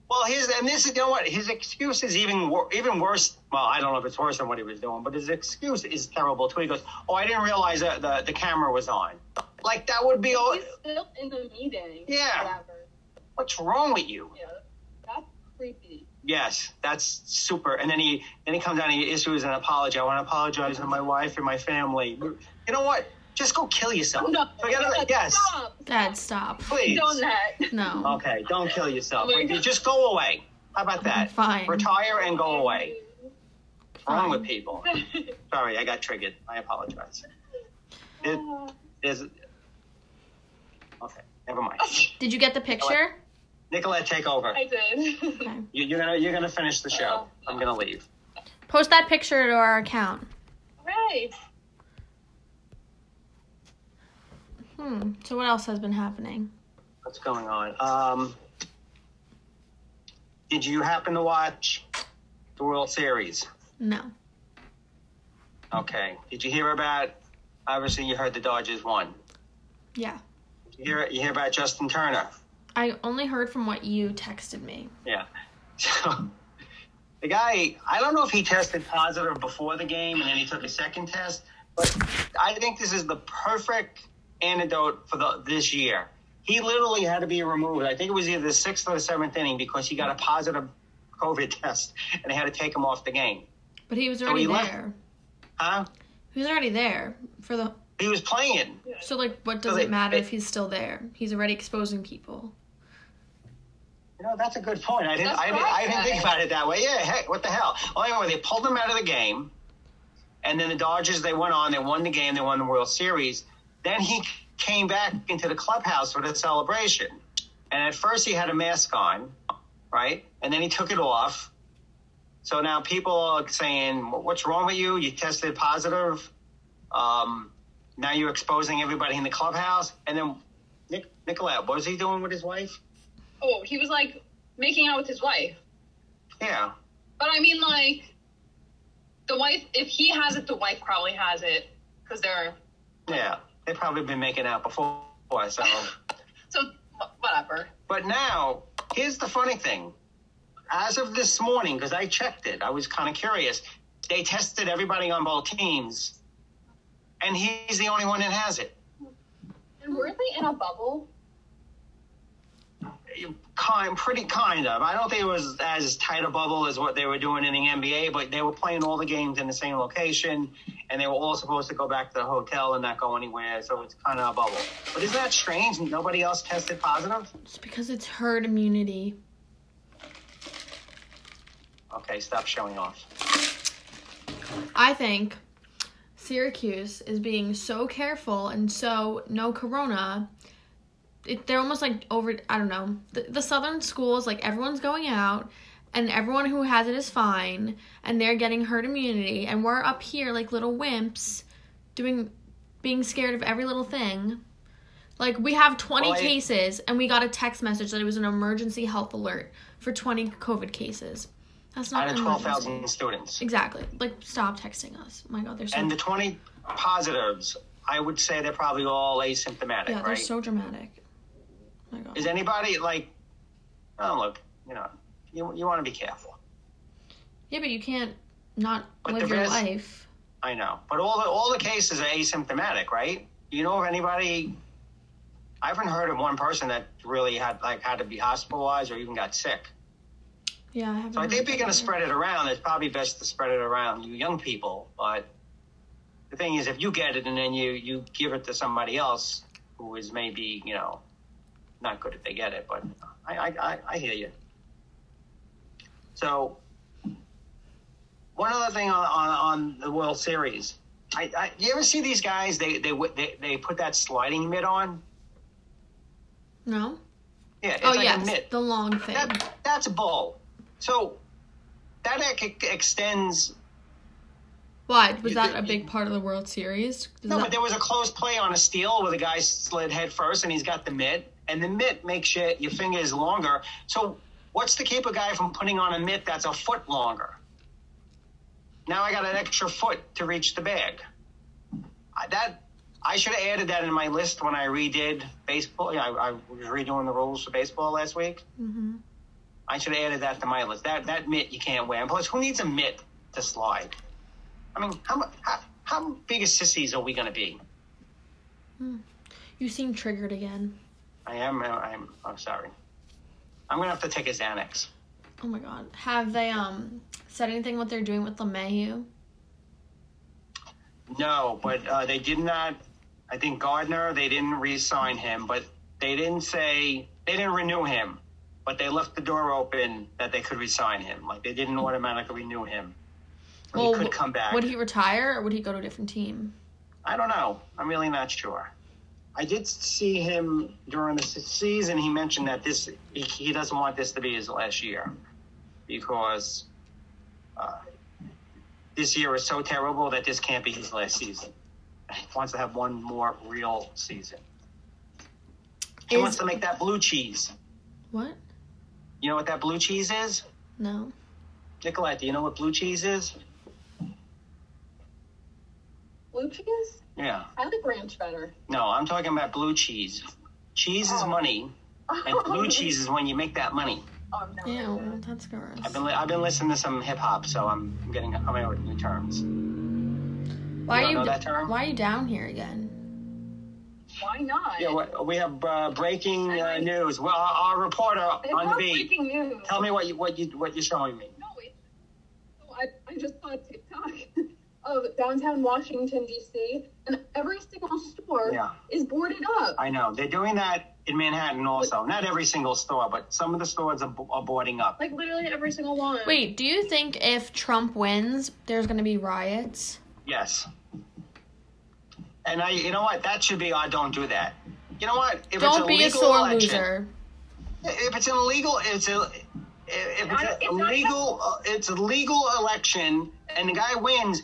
Speaker 1: Well, his and this is you know what his excuse is even wor- even worse. Well, I don't know if it's worse than what he was doing, but his excuse is terrible too. He goes, "Oh, I didn't realize that the, the camera was on." Like that would be all.
Speaker 6: He's still in the meeting.
Speaker 1: Yeah.
Speaker 6: Whatever.
Speaker 1: What's wrong with you?
Speaker 6: Yeah. That's creepy.
Speaker 1: Yes, that's super. And then he then he comes down and he issues an apology. I want to apologize to my wife and my family. You know what? Just go kill yourself.
Speaker 6: No.
Speaker 1: Forget
Speaker 6: no,
Speaker 1: about Yes,
Speaker 6: Stop.
Speaker 2: Dad, stop.
Speaker 1: please.
Speaker 6: Don't that. *laughs*
Speaker 2: No.
Speaker 1: Okay, don't kill yourself.
Speaker 6: Oh my God.
Speaker 1: Just go away. How about that?
Speaker 2: Fine.
Speaker 1: Retire and go away. What's wrong with
Speaker 2: Fine.
Speaker 1: people? Sorry, I got triggered. I apologize. There- there's okay. Never mind.
Speaker 2: Did you get the picture?
Speaker 1: Nicolette, take over.
Speaker 6: I did. *laughs*
Speaker 2: Okay.
Speaker 1: You, you're gonna you're gonna finish the show. I'm gonna leave.
Speaker 2: Post that picture to our account.
Speaker 6: right.
Speaker 2: Hmm. So what else has been happening?
Speaker 1: What's going on? Um, did you happen to watch the World Series?
Speaker 2: No.
Speaker 1: Okay. Did you hear about? Obviously, you heard the Dodgers won.
Speaker 2: Yeah.
Speaker 1: You hear you hear about Justin Turner?
Speaker 2: I only heard from what you texted me.
Speaker 1: Yeah. *laughs* So the guy, I don't know if he tested positive before the game and then he took a second test, but I think this is the perfect antidote for the this year. He literally had to be removed. I think it was either the sixth or the seventh inning because he got a positive COVID test and they had to take him off the game.
Speaker 2: But he was already
Speaker 1: he left.
Speaker 2: there.
Speaker 1: Huh?
Speaker 2: He was already there for the.
Speaker 1: He was playing.
Speaker 2: So like, what does
Speaker 1: they-
Speaker 2: it matter
Speaker 1: they-
Speaker 2: if he's still there? He's already exposing people.
Speaker 1: You know, that's a good point. I didn't,
Speaker 6: That's
Speaker 1: I, didn't,
Speaker 6: right,
Speaker 1: I didn't think
Speaker 6: guys.
Speaker 1: about it that way. Yeah, heck, what the hell? Well, anyway, they pulled him out of the game, and then the Dodgers, they went on, they won the game, they won the World Series. Then he came back into the clubhouse for the celebration. And at first, he had a mask on, right? And then he took it off. So now people are saying, What's wrong with you? You tested positive. Um, now you're exposing everybody in the clubhouse. And then, Nic- Nicolette, what was he doing with his wife?
Speaker 6: Oh, he was like making out with his wife.
Speaker 1: Yeah.
Speaker 6: But I mean, like, the wife, if he has it, the wife probably has it. Because they're.
Speaker 1: Yeah, they've probably been making out before. So,
Speaker 6: So, wh- whatever.
Speaker 1: but now here's the funny thing. As of this morning, because I checked it, I was kind of curious. They tested everybody on both teams, and he's the only one that has it.
Speaker 6: And were they in a bubble?
Speaker 1: Kind, pretty kind of. I don't think it was as tight a bubble as what they were doing in the NBA, but they were playing all the games in the same location, and they were all supposed to go back to the hotel and not go anywhere. So it's kind of a bubble. But isn't that strange? Nobody else tested positive.
Speaker 2: It's because it's herd immunity.
Speaker 1: Okay, stop showing off.
Speaker 2: I think Syracuse is being so careful and so no corona. It, they're almost like over, I don't know. The, the southern schools, like everyone's going out and everyone who has it is fine and they're getting herd immunity. And we're up here like little wimps doing, being scared of every little thing. Like we have 20
Speaker 1: Well, I-
Speaker 2: cases and we got a text message that it was an emergency health alert for 20 COVID cases. That's not
Speaker 1: out of
Speaker 2: an emergency.
Speaker 1: 12,000 students.
Speaker 2: Exactly. Like, stop texting us. my God, they're so
Speaker 1: And the 20 positives, I would say they're probably all asymptomatic,
Speaker 2: yeah, they're
Speaker 1: right?
Speaker 2: so dramatic. my God.
Speaker 1: Is anybody like, oh, look, you know, you, you want to be careful.
Speaker 2: yeah, but you can't not
Speaker 1: But
Speaker 2: live
Speaker 1: the
Speaker 2: your
Speaker 1: rest-
Speaker 2: life.
Speaker 1: I know. But all the, all the cases are asymptomatic, right? You know of anybody I haven't heard of one person that really had like had to be hospitalized or even got sick.
Speaker 2: Yeah, I haven't.
Speaker 1: So I think
Speaker 2: heard
Speaker 1: if you're
Speaker 2: that
Speaker 1: going to
Speaker 2: either.
Speaker 1: spread it around, it's probably best to spread it around you young people. But the thing is, if you get it and then you you give it to somebody else who is maybe you know not good if they get it, but I I, I, I hear you. So one other thing on on, on the World Series, I, I you ever see these guys? They they w- they they put that sliding mitt on.
Speaker 2: No.
Speaker 1: Yeah, it's
Speaker 2: oh
Speaker 1: like a
Speaker 2: yes,
Speaker 1: mitt.
Speaker 2: the long thing.
Speaker 1: That that's a ball. So that ec- extends
Speaker 2: Why was
Speaker 1: You-
Speaker 2: that
Speaker 1: you-
Speaker 2: a big part of the World Series? Does
Speaker 1: No,
Speaker 2: that-
Speaker 1: but there was a close play on a steal where the guy slid head first and he's got the mitt, and the mitt makes your, your fingers longer. So, what's to keep a guy from putting on a mitt that's a foot longer? Now I got an extra foot to reach the bag. I, that I should have added that in my list when I redid baseball. Yeah, I, I was redoing the rules for baseball last week.
Speaker 2: Mhm.
Speaker 1: I should have added that to my list. That that mitt you can't wear. And plus, who needs a mitt to slide? I mean, how mu- how, how big as sissies are we going to be?
Speaker 2: You seem triggered again.
Speaker 1: I am. uh, I'm. I'm sorry. I'm gonna have to take a Xanax.
Speaker 2: Oh my god. Have they um said anything what they're doing with LeMahieu?
Speaker 1: No, but uh, they did not. I think Gardner. They didn't re-sign him, but they didn't say they didn't renew him. But they left the door open that they could resign him. Like they didn't automatically renew him. He
Speaker 2: Well,
Speaker 1: could
Speaker 2: wh-
Speaker 1: come back.
Speaker 2: Would he retire or would he go to a different team?
Speaker 1: I don't know. I'm really not sure. I did see him during the se- season. He mentioned that this he, he doesn't want this to be his last year because uh, this year is so terrible that this can't be his last season. He wants to have one more real season. He
Speaker 2: Is-
Speaker 1: wants to make that blue cheese.
Speaker 2: What?
Speaker 1: You know what that blue cheese is,
Speaker 2: No.
Speaker 1: Nicolette? Do you know what blue cheese is?
Speaker 6: Blue cheese?
Speaker 1: Yeah.
Speaker 6: I like ranch better.
Speaker 1: No, I'm talking about blue cheese. Cheese is
Speaker 6: Oh.
Speaker 1: money,
Speaker 6: *laughs*
Speaker 1: and blue cheese is when you make that money.
Speaker 6: Oh, no.
Speaker 1: Uh,
Speaker 2: Ew, that's gross.
Speaker 1: I've been, li- I've been listening to some hip hop, so I'm I'm getting I'm out with new terms. You
Speaker 2: Why are
Speaker 1: don't
Speaker 2: you
Speaker 1: know
Speaker 2: d-
Speaker 1: that term?
Speaker 2: why are you down here again?
Speaker 6: Why not?
Speaker 1: Yeah, we- we have uh, breaking uh,
Speaker 6: Anyway.
Speaker 1: news. Well, our, our reporter
Speaker 6: it's
Speaker 1: on the
Speaker 6: not
Speaker 1: beat.
Speaker 6: breaking news.
Speaker 1: Tell me what you what you what you're showing me.
Speaker 6: No, it's, so I, I just saw a TikTok *laughs* of downtown Washington, D.C., and every single store
Speaker 1: Yeah.
Speaker 6: is boarded up.
Speaker 1: I know they're doing that in Manhattan also. Not every single store, but some of the stores are, bo- are boarding up.
Speaker 6: like, literally every single one.
Speaker 2: Wait, do you think if Trump wins, there's gonna be riots?
Speaker 1: Yes. And I, you know what? That should be our don't do that. You know what? If
Speaker 2: Don't be a
Speaker 1: legal
Speaker 2: sore
Speaker 1: election- *laughs*
Speaker 2: loser.
Speaker 1: If it's an illegal, it's a. If
Speaker 6: Not-
Speaker 1: it's
Speaker 6: it's
Speaker 1: a
Speaker 6: not-
Speaker 1: legal, uh, it's a legal election, and the guy wins.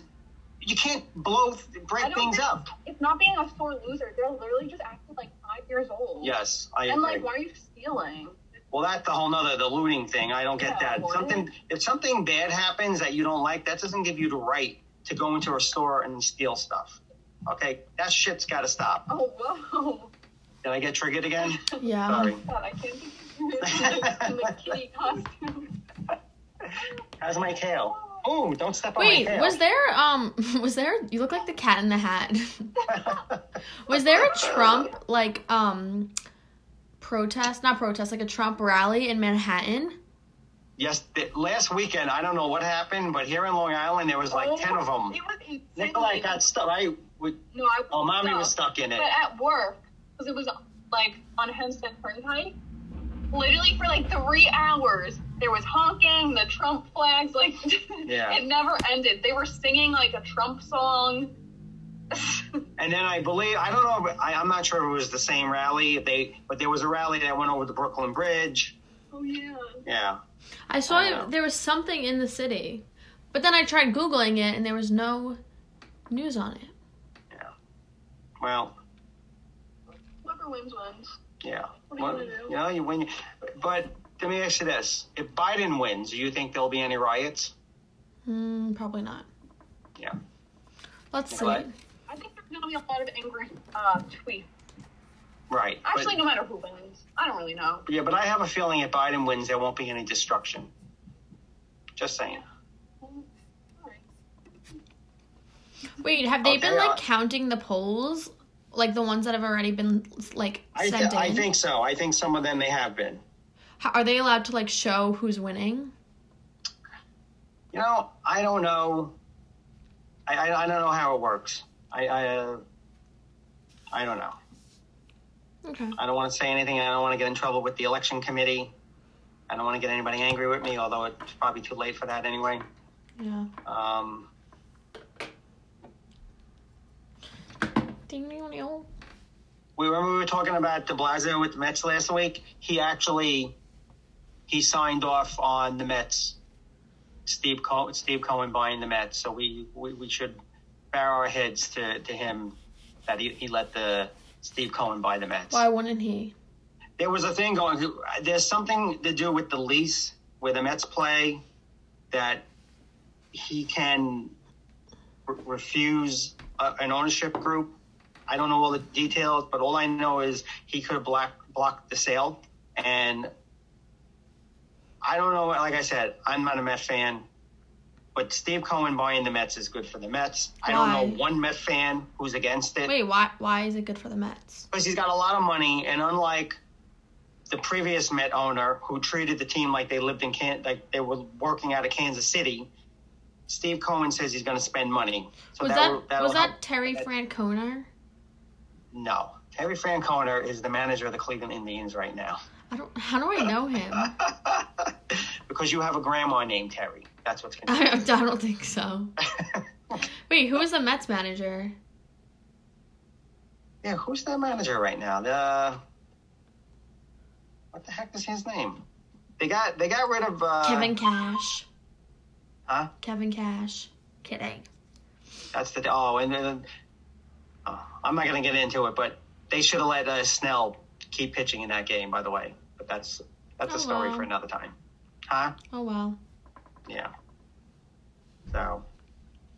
Speaker 1: You can't blow,
Speaker 6: I
Speaker 1: break
Speaker 6: don't
Speaker 1: things
Speaker 6: think-
Speaker 1: up.
Speaker 6: It's not being a sore loser. They're literally just acting like five years old.
Speaker 1: Yes, I
Speaker 6: And,
Speaker 1: agree.
Speaker 6: like, why are you stealing?
Speaker 1: well, that's a whole nother the looting thing. I don't get
Speaker 6: Yeah,
Speaker 1: that.
Speaker 6: what?
Speaker 1: Something if something bad happens that you don't like, that doesn't give you the right to go into a store and steal stuff. Okay, that shit's got to stop.
Speaker 6: Oh, whoa.
Speaker 1: Did I get triggered
Speaker 6: *laughs*
Speaker 1: again?
Speaker 2: Yeah.
Speaker 1: Sorry.
Speaker 6: God, I can't think
Speaker 1: *laughs*
Speaker 6: of in the kitty costume.
Speaker 1: How's my tail? Oh, don't step on
Speaker 2: Wait,
Speaker 1: my tail.
Speaker 2: was there um *laughs* was there you look like the cat in the
Speaker 1: *laughs*
Speaker 2: hat. was there a Trump like um protest, not protest, like a Trump rally in Manhattan?
Speaker 1: Yes, th- last weekend, I don't know what happened, but here in Long Island, there was like
Speaker 6: Oh,
Speaker 1: 10 of them.
Speaker 6: It was insane.
Speaker 1: Nikolai got stuck. I would,
Speaker 6: No, I
Speaker 1: oh, mommy
Speaker 6: no.
Speaker 1: was stuck in it.
Speaker 6: But at work, because it was like on Hempstead Turnpike, literally for like three hours, there was honking, the Trump flags, like *laughs*
Speaker 1: Yeah.
Speaker 6: it never ended. They were singing like a Trump song. *laughs*
Speaker 1: And then I believe, I don't know, but I, I'm not sure if it was the same rally, if they, but there was a rally that went over the Brooklyn Bridge.
Speaker 6: oh yeah.
Speaker 1: Yeah.
Speaker 2: I saw
Speaker 1: I know.
Speaker 2: there was something in the city. But then I tried googling it and there was no news on it.
Speaker 1: Well,
Speaker 6: Whoever wins wins.
Speaker 1: yeah.
Speaker 6: What are you
Speaker 1: Well,
Speaker 6: gonna do?
Speaker 1: you know, you win. But let me ask you this if Biden wins, do you think there'll be any riots?
Speaker 2: Hmm, probably not.
Speaker 1: Yeah.
Speaker 2: Let's see.
Speaker 1: What?
Speaker 6: I think there's gonna be a lot of angry uh, tweets.
Speaker 1: Right. But-
Speaker 6: Actually, no matter who wins, I don't really know.
Speaker 1: yeah, but I have a feeling if Biden wins, there won't be any destruction. Just saying.
Speaker 6: Sorry.
Speaker 2: Wait, have they
Speaker 1: Okay,
Speaker 2: been like
Speaker 1: uh,
Speaker 2: counting the polls like the ones that have already been like
Speaker 1: I,
Speaker 2: sent
Speaker 1: th-
Speaker 2: in?
Speaker 1: I think so. I think some of them they have been.
Speaker 2: How, are they allowed to like show who's winning?
Speaker 1: You know, I don't know. I, I, I don't know how it works. I I, uh, I don't know.
Speaker 2: Okay.
Speaker 1: I don't want to say anything. I don't want to get in trouble with the election committee. I don't want to get anybody angry with me, although it's probably too late for that anyway.
Speaker 2: Yeah.
Speaker 1: Um,
Speaker 2: Ding ding ding.
Speaker 1: we remember we were talking about De Blasio with the Mets last week. He actually he signed off on the Mets. Steve Cohen, Steve Cohen buying the Mets, so we, we, we should bow our heads to, to him that he, he let the Steve Cohen buy the Mets.
Speaker 2: Why wouldn't he?
Speaker 1: there was a thing going. There's something to do with the lease where the Mets play that he can re- refuse a, an ownership group. I don't know all the details, but all I know is he could block block the sale, and I don't know. Like I said, I'm not a Mets fan, but Steve Cohen buying the Mets is good for the Mets. I don't
Speaker 2: Why?
Speaker 1: know one Mets fan who's against it
Speaker 2: Wait, why? Why is it good for the Mets?
Speaker 1: because he's got a lot of money, and unlike the previous Met owner who treated the team like they lived in Can- like they were working out of Kansas City, Steve Cohen says he's going to spend money. So
Speaker 2: was that,
Speaker 1: will- will
Speaker 2: was that
Speaker 1: help.
Speaker 2: Terry
Speaker 1: that-
Speaker 2: Francona?
Speaker 1: No, Terry Francona is the manager of the Cleveland Indians right now *laughs*
Speaker 2: I don't. How do I know him? *laughs*
Speaker 1: because you have a grandma named Terry. That's what's going to
Speaker 2: I, I don't think so. *laughs* Wait, who is the Mets manager?
Speaker 1: Yeah, who's their manager right now? The what the heck is his name? They got they got rid of uh,
Speaker 2: Kevin Cash.
Speaker 1: Huh?
Speaker 2: Kevin Cash. Kidding.
Speaker 1: That's the oh, and then oh, I'm not going to get into it, but they should have let uh, Snell keep pitching in that game. By the way, but that's that's
Speaker 2: Oh,
Speaker 1: a story
Speaker 2: well.
Speaker 1: for another time, huh?
Speaker 2: Oh well.
Speaker 1: Yeah. So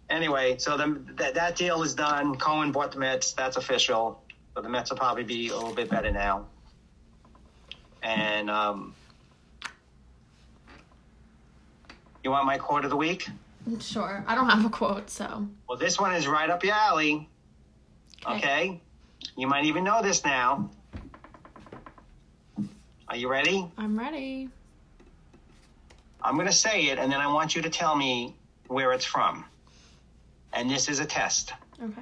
Speaker 1: anyway, so the, that that deal is done. Cohen bought the Mets. That's official. So the Mets will probably be a little bit better now. And um, you want my quote of the week?
Speaker 2: Sure. I don't have a quote, so.
Speaker 1: Well, this one is right up your alley.
Speaker 2: Okay.
Speaker 1: Okay. You might even know this now. Are you ready?
Speaker 2: I'm ready.
Speaker 1: I'm going to say it, and then I want you to tell me where it's from. And this is a test.
Speaker 2: Okay.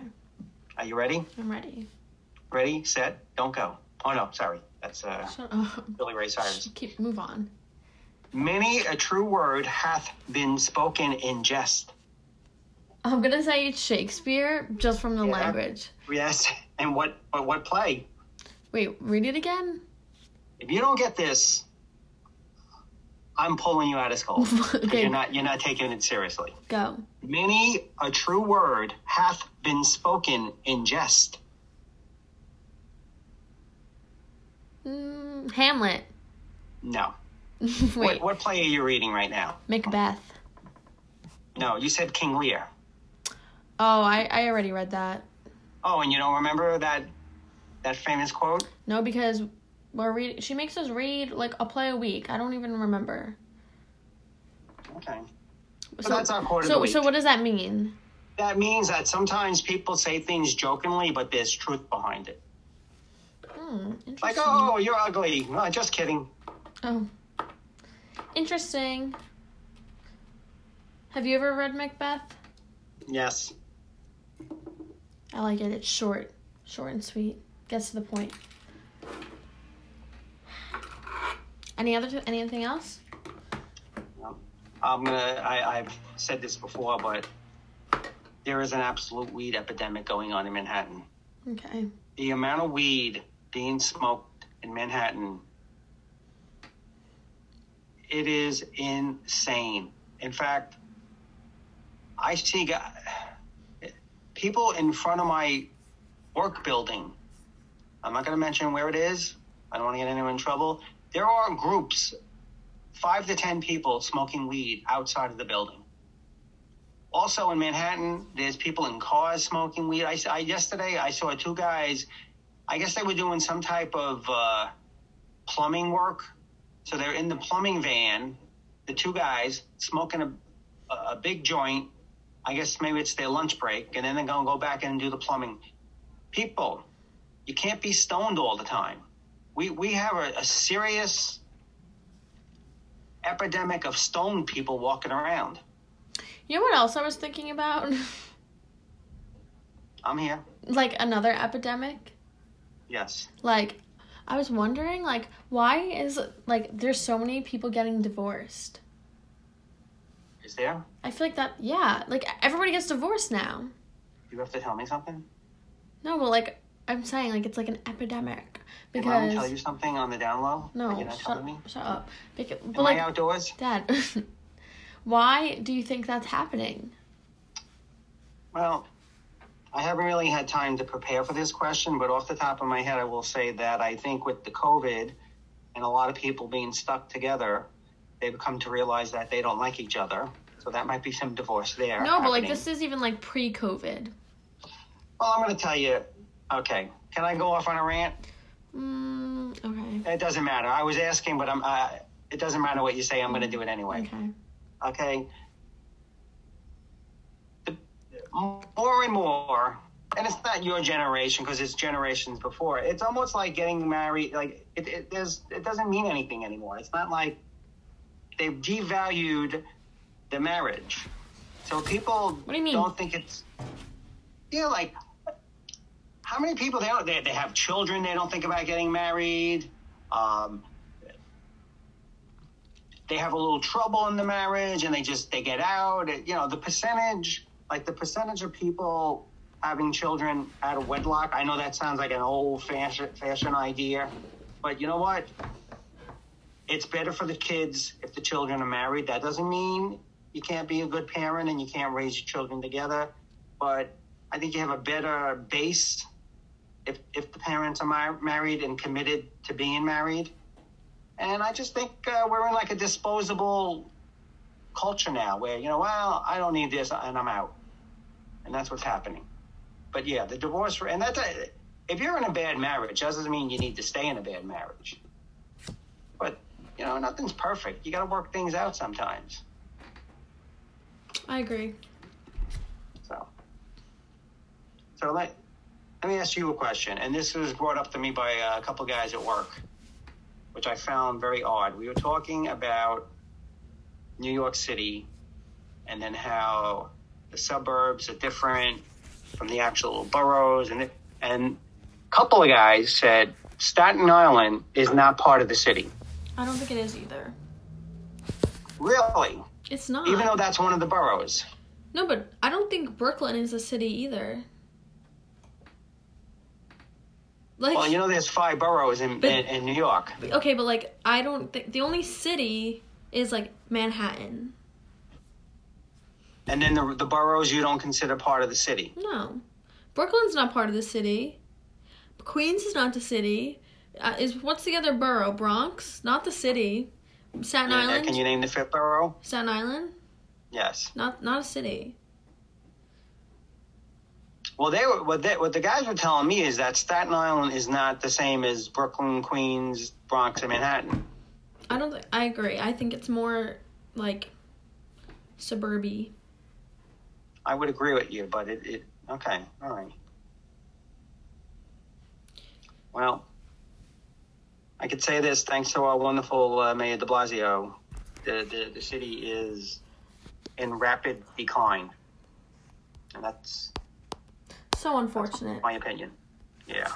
Speaker 1: Are you ready?
Speaker 2: I'm ready.
Speaker 1: Ready, set, don't go. Oh, no, sorry. That's uh,
Speaker 2: Shut up. *laughs*
Speaker 1: Billy Ray Cyrus.
Speaker 2: Keep move on.
Speaker 1: Many a true word hath been spoken in jest.
Speaker 2: I'm gonna say it's Shakespeare just from the
Speaker 1: Yeah.
Speaker 2: language.
Speaker 1: Yes. And what, but what play?
Speaker 2: Wait, read it again? *laughs*
Speaker 1: If you don't get this, I'm pulling you out of school.
Speaker 2: okay,
Speaker 1: You're not you're not taking it seriously.
Speaker 2: go.
Speaker 1: Many a true word hath been spoken in jest.
Speaker 2: Mm, Hamlet. *laughs*
Speaker 1: No.
Speaker 2: Wait,
Speaker 1: What, what play are you reading right now?
Speaker 2: Macbeth.
Speaker 1: No, you said King Lear.
Speaker 2: Oh, I, I already read that.
Speaker 1: Oh, and you don't remember that that famous quote?
Speaker 2: No, because we're read. She makes us read like a play a week. I don't even remember.
Speaker 1: Okay. So that's our quote of the
Speaker 2: So
Speaker 1: week.
Speaker 2: so what does that mean?
Speaker 1: that means that sometimes people say things jokingly, but there's truth behind it.
Speaker 2: Hmm, interesting.
Speaker 1: Like, oh, you're ugly. No, just kidding.
Speaker 2: Oh. Interesting. Have you ever read Macbeth?
Speaker 1: Yes.
Speaker 2: I like it. It's short, short and sweet. Gets to the point. Any other anything else?
Speaker 1: I'm gonna. I, I've said this before, but there is an absolute weed epidemic going on in Manhattan.
Speaker 2: Okay.
Speaker 1: the amount of weed being smoked in Manhattan, it is insane. In fact, I see gu people in front of my work building. I'm not going to mention where it is. I don't want to get anyone in trouble. There are groups, five to 10 people smoking weed outside of the building. Also in Manhattan, there's people in cars smoking weed. I, s- I- yesterday I saw two guys. I guess they were doing some type of uh, plumbing work, so they're in the plumbing van. The two guys smoking a, a a big joint. I guess maybe it's their lunch break, and then they're gonna go back in and do the plumbing. People, you can't be stoned all the time. We we have a, a serious epidemic of stoned people walking around.
Speaker 2: You know what else I was thinking about? *laughs*
Speaker 1: I'm here.
Speaker 2: like another epidemic.
Speaker 1: Yes.
Speaker 2: Like I was wondering like why is like there's so many people getting divorced.
Speaker 1: Is there?
Speaker 2: I feel like that yeah, like everybody gets divorced now.
Speaker 1: You have to tell me something.
Speaker 2: No, well like I'm saying like it's like an epidemic
Speaker 1: Did Mom tell you
Speaker 2: because
Speaker 1: something on the down low? that
Speaker 2: no,
Speaker 1: You're not
Speaker 2: shut,
Speaker 1: telling me.
Speaker 2: shut up. Because, but
Speaker 1: Am
Speaker 2: like
Speaker 1: I outdoors?
Speaker 2: dad, *laughs* why do you think that's happening?
Speaker 1: Well, I haven't really had time to prepare for this question, but off the top of my head, I will say that I think with the COVID and a lot of people being stuck together, they've come to realize that they don't like each other. So that might be some divorce there.
Speaker 2: No, but like
Speaker 1: happening.
Speaker 2: this is even like pre-COVID.
Speaker 1: Well, I'm going to tell you. Okay, can I go off on a rant?
Speaker 2: Mm, okay.
Speaker 1: It doesn't matter. I was asking, but I'm. Uh, it doesn't matter what you say. I'm going to do it anyway.
Speaker 2: Okay.
Speaker 1: okay? The, more and more, and it's not your generation because it's generations before. It's almost like getting married. Like it, it, there's, it doesn't mean anything anymore. It's not like they've devalued the marriage. So people
Speaker 2: What do you mean?
Speaker 1: not think it's you know like how many people they don't they, they have children they don't think about getting married. Um, they have a little trouble in the marriage and they just they get out It- you know the percentage like the percentage of people having children out of wedlock i know that sounds like an old fashion fashion idea but you know what it's better for the kids if the children are married that doesn't mean you can't be a good parent and you can't raise your children together but i think you have a better base if if the parents are mar- married and committed to being married and I just think uh, we're in like a disposable culture now where, you know, well, I don't need this and I'm out. And that's what's happening. But yeah, the divorce, and that's, a, if you're in a bad marriage, that doesn't mean you need to stay in a bad marriage. But, you know, nothing's perfect. You got to work things out sometimes.
Speaker 2: I agree.
Speaker 1: So, so let, let me ask you a question. And this was brought up to me by uh, a couple guys at work, which I found very odd. We were talking about New York City and then how the suburbs are different from the actual boroughs. And, and a couple of guys said Staten Island is not part of the city.
Speaker 2: I don't think it is either.
Speaker 1: Really?
Speaker 2: It's not.
Speaker 1: Even though that's one of the boroughs.
Speaker 2: no, but I don't think Brooklyn is a city either. Like
Speaker 1: Well, you know, there's five boroughs in,
Speaker 2: But-
Speaker 1: in, in New York.
Speaker 2: okay, but like I don't think the only city is like Manhattan.
Speaker 1: And then the, the boroughs you don't consider part of the city.
Speaker 2: No, Brooklyn's not part of the city. Queens is not the city. Uh, is what's the other borough? Bronx, not the city. Staten
Speaker 1: Yeah,
Speaker 2: Island,
Speaker 1: uh, Can you name the fifth borough?
Speaker 2: Staten Island,
Speaker 1: Yes.
Speaker 2: not not a city.
Speaker 1: Well, they were what, they, what the guys were telling me is that Staten Island is not the same as Brooklyn, Queens, Bronx, and Manhattan.
Speaker 2: I don't. Th- I agree. I think it's more like suburby.
Speaker 1: I would agree with you, but it, it okay, all right. Well, I could say this thanks to our wonderful uh, Mayor De Blasio, the, the the city is in rapid decline, and that's
Speaker 2: So unfortunate.
Speaker 1: my opinion. Yeah,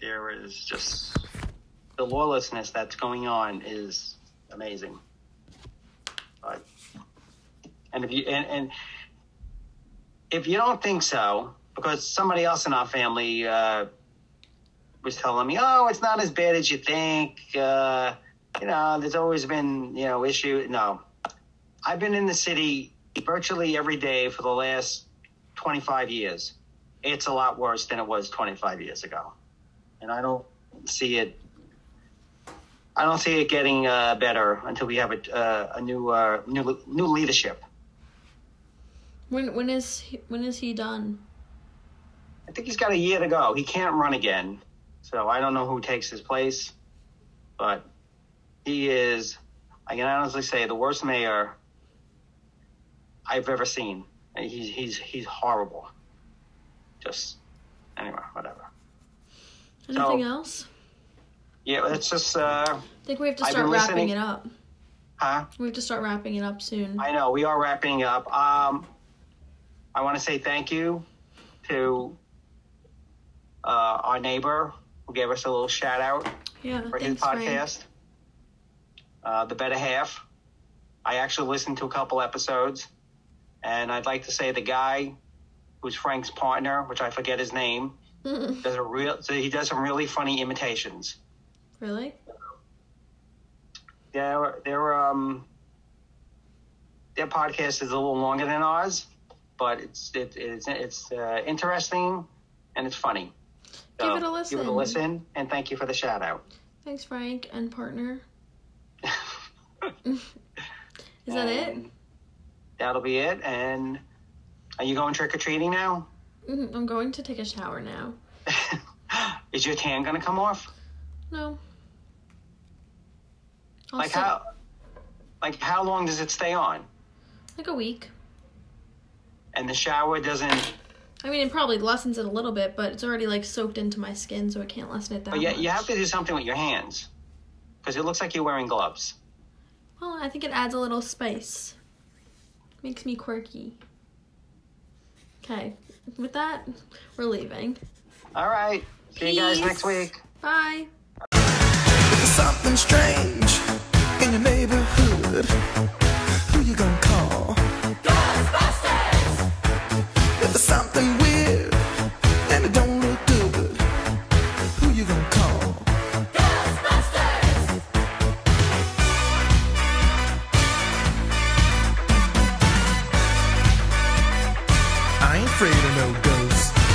Speaker 1: there is just the lawlessness that's going on is amazing. But, and if you and, and if you don't think so, because somebody else in our family uh, was telling me, "Oh, it's not as bad as you think." Uh, you know, there's always been you know issue. No, I've been in the city virtually every day for the last 25 years it's a lot worse than it was 25 years ago. And I don't see it. I don't see it getting uh, better until we have a, uh, a new uh, new new leadership.
Speaker 2: When when is he, when is he done?
Speaker 1: I think he's got a year to go. He can't run again, so I don't know who takes his place. But he is, I can honestly say, the worst mayor I've ever seen. And He's he's he's horrible. Just anyway, whatever.
Speaker 2: Anything
Speaker 1: So-
Speaker 2: else?
Speaker 1: Yeah, it's just, uh,
Speaker 2: I think we have to
Speaker 1: I've
Speaker 2: start
Speaker 1: been
Speaker 2: wrapping
Speaker 1: listening-
Speaker 2: it up.
Speaker 1: huh?
Speaker 2: We have to start wrapping it up soon.
Speaker 1: I know we are wrapping up. Um, I want to say thank you to uh, our neighbor who gave us a little shout out
Speaker 2: yeah,
Speaker 1: for his
Speaker 2: thanks, Frank.
Speaker 1: podcast, uh, The Better Half. I actually listened to a couple episodes, and I'd like to say the guy who's Frank's partner, which I forget his name, does a real so he does some really funny imitations.
Speaker 2: really?
Speaker 1: Their their um their podcast is a little longer than ours, but it's it, it's it's uh, interesting and it's funny.
Speaker 2: Give
Speaker 1: So,
Speaker 2: it a
Speaker 1: Give it a
Speaker 2: listen.
Speaker 1: listen, and thank you for the shout out. *laughs*
Speaker 2: Thanks, Frank and partner. Is
Speaker 1: Um,
Speaker 2: that it?
Speaker 1: And That'll be it. And are you going trick or treating now?
Speaker 2: Mhm, I'm going to take a shower now.
Speaker 1: Is your tan gonna come off?
Speaker 2: No. I'll
Speaker 1: Like
Speaker 2: sit-
Speaker 1: how? Like how long does it stay on?
Speaker 2: Like a week.
Speaker 1: And the shower doesn't.
Speaker 2: I mean, it probably lessens it a little bit, but it's already like soaked into my skin, so it can't lessen it that
Speaker 1: But you,
Speaker 2: much.
Speaker 1: you have to do something with your hands, because it looks like you're wearing gloves.
Speaker 2: Well, I think it adds a little spice. Makes me quirky. Okay, with that, we're leaving.
Speaker 1: All right. See you guys
Speaker 2: Peace.
Speaker 1: next week.
Speaker 2: Bye.
Speaker 3: There's something strange in your neighborhood. Who you gonna call?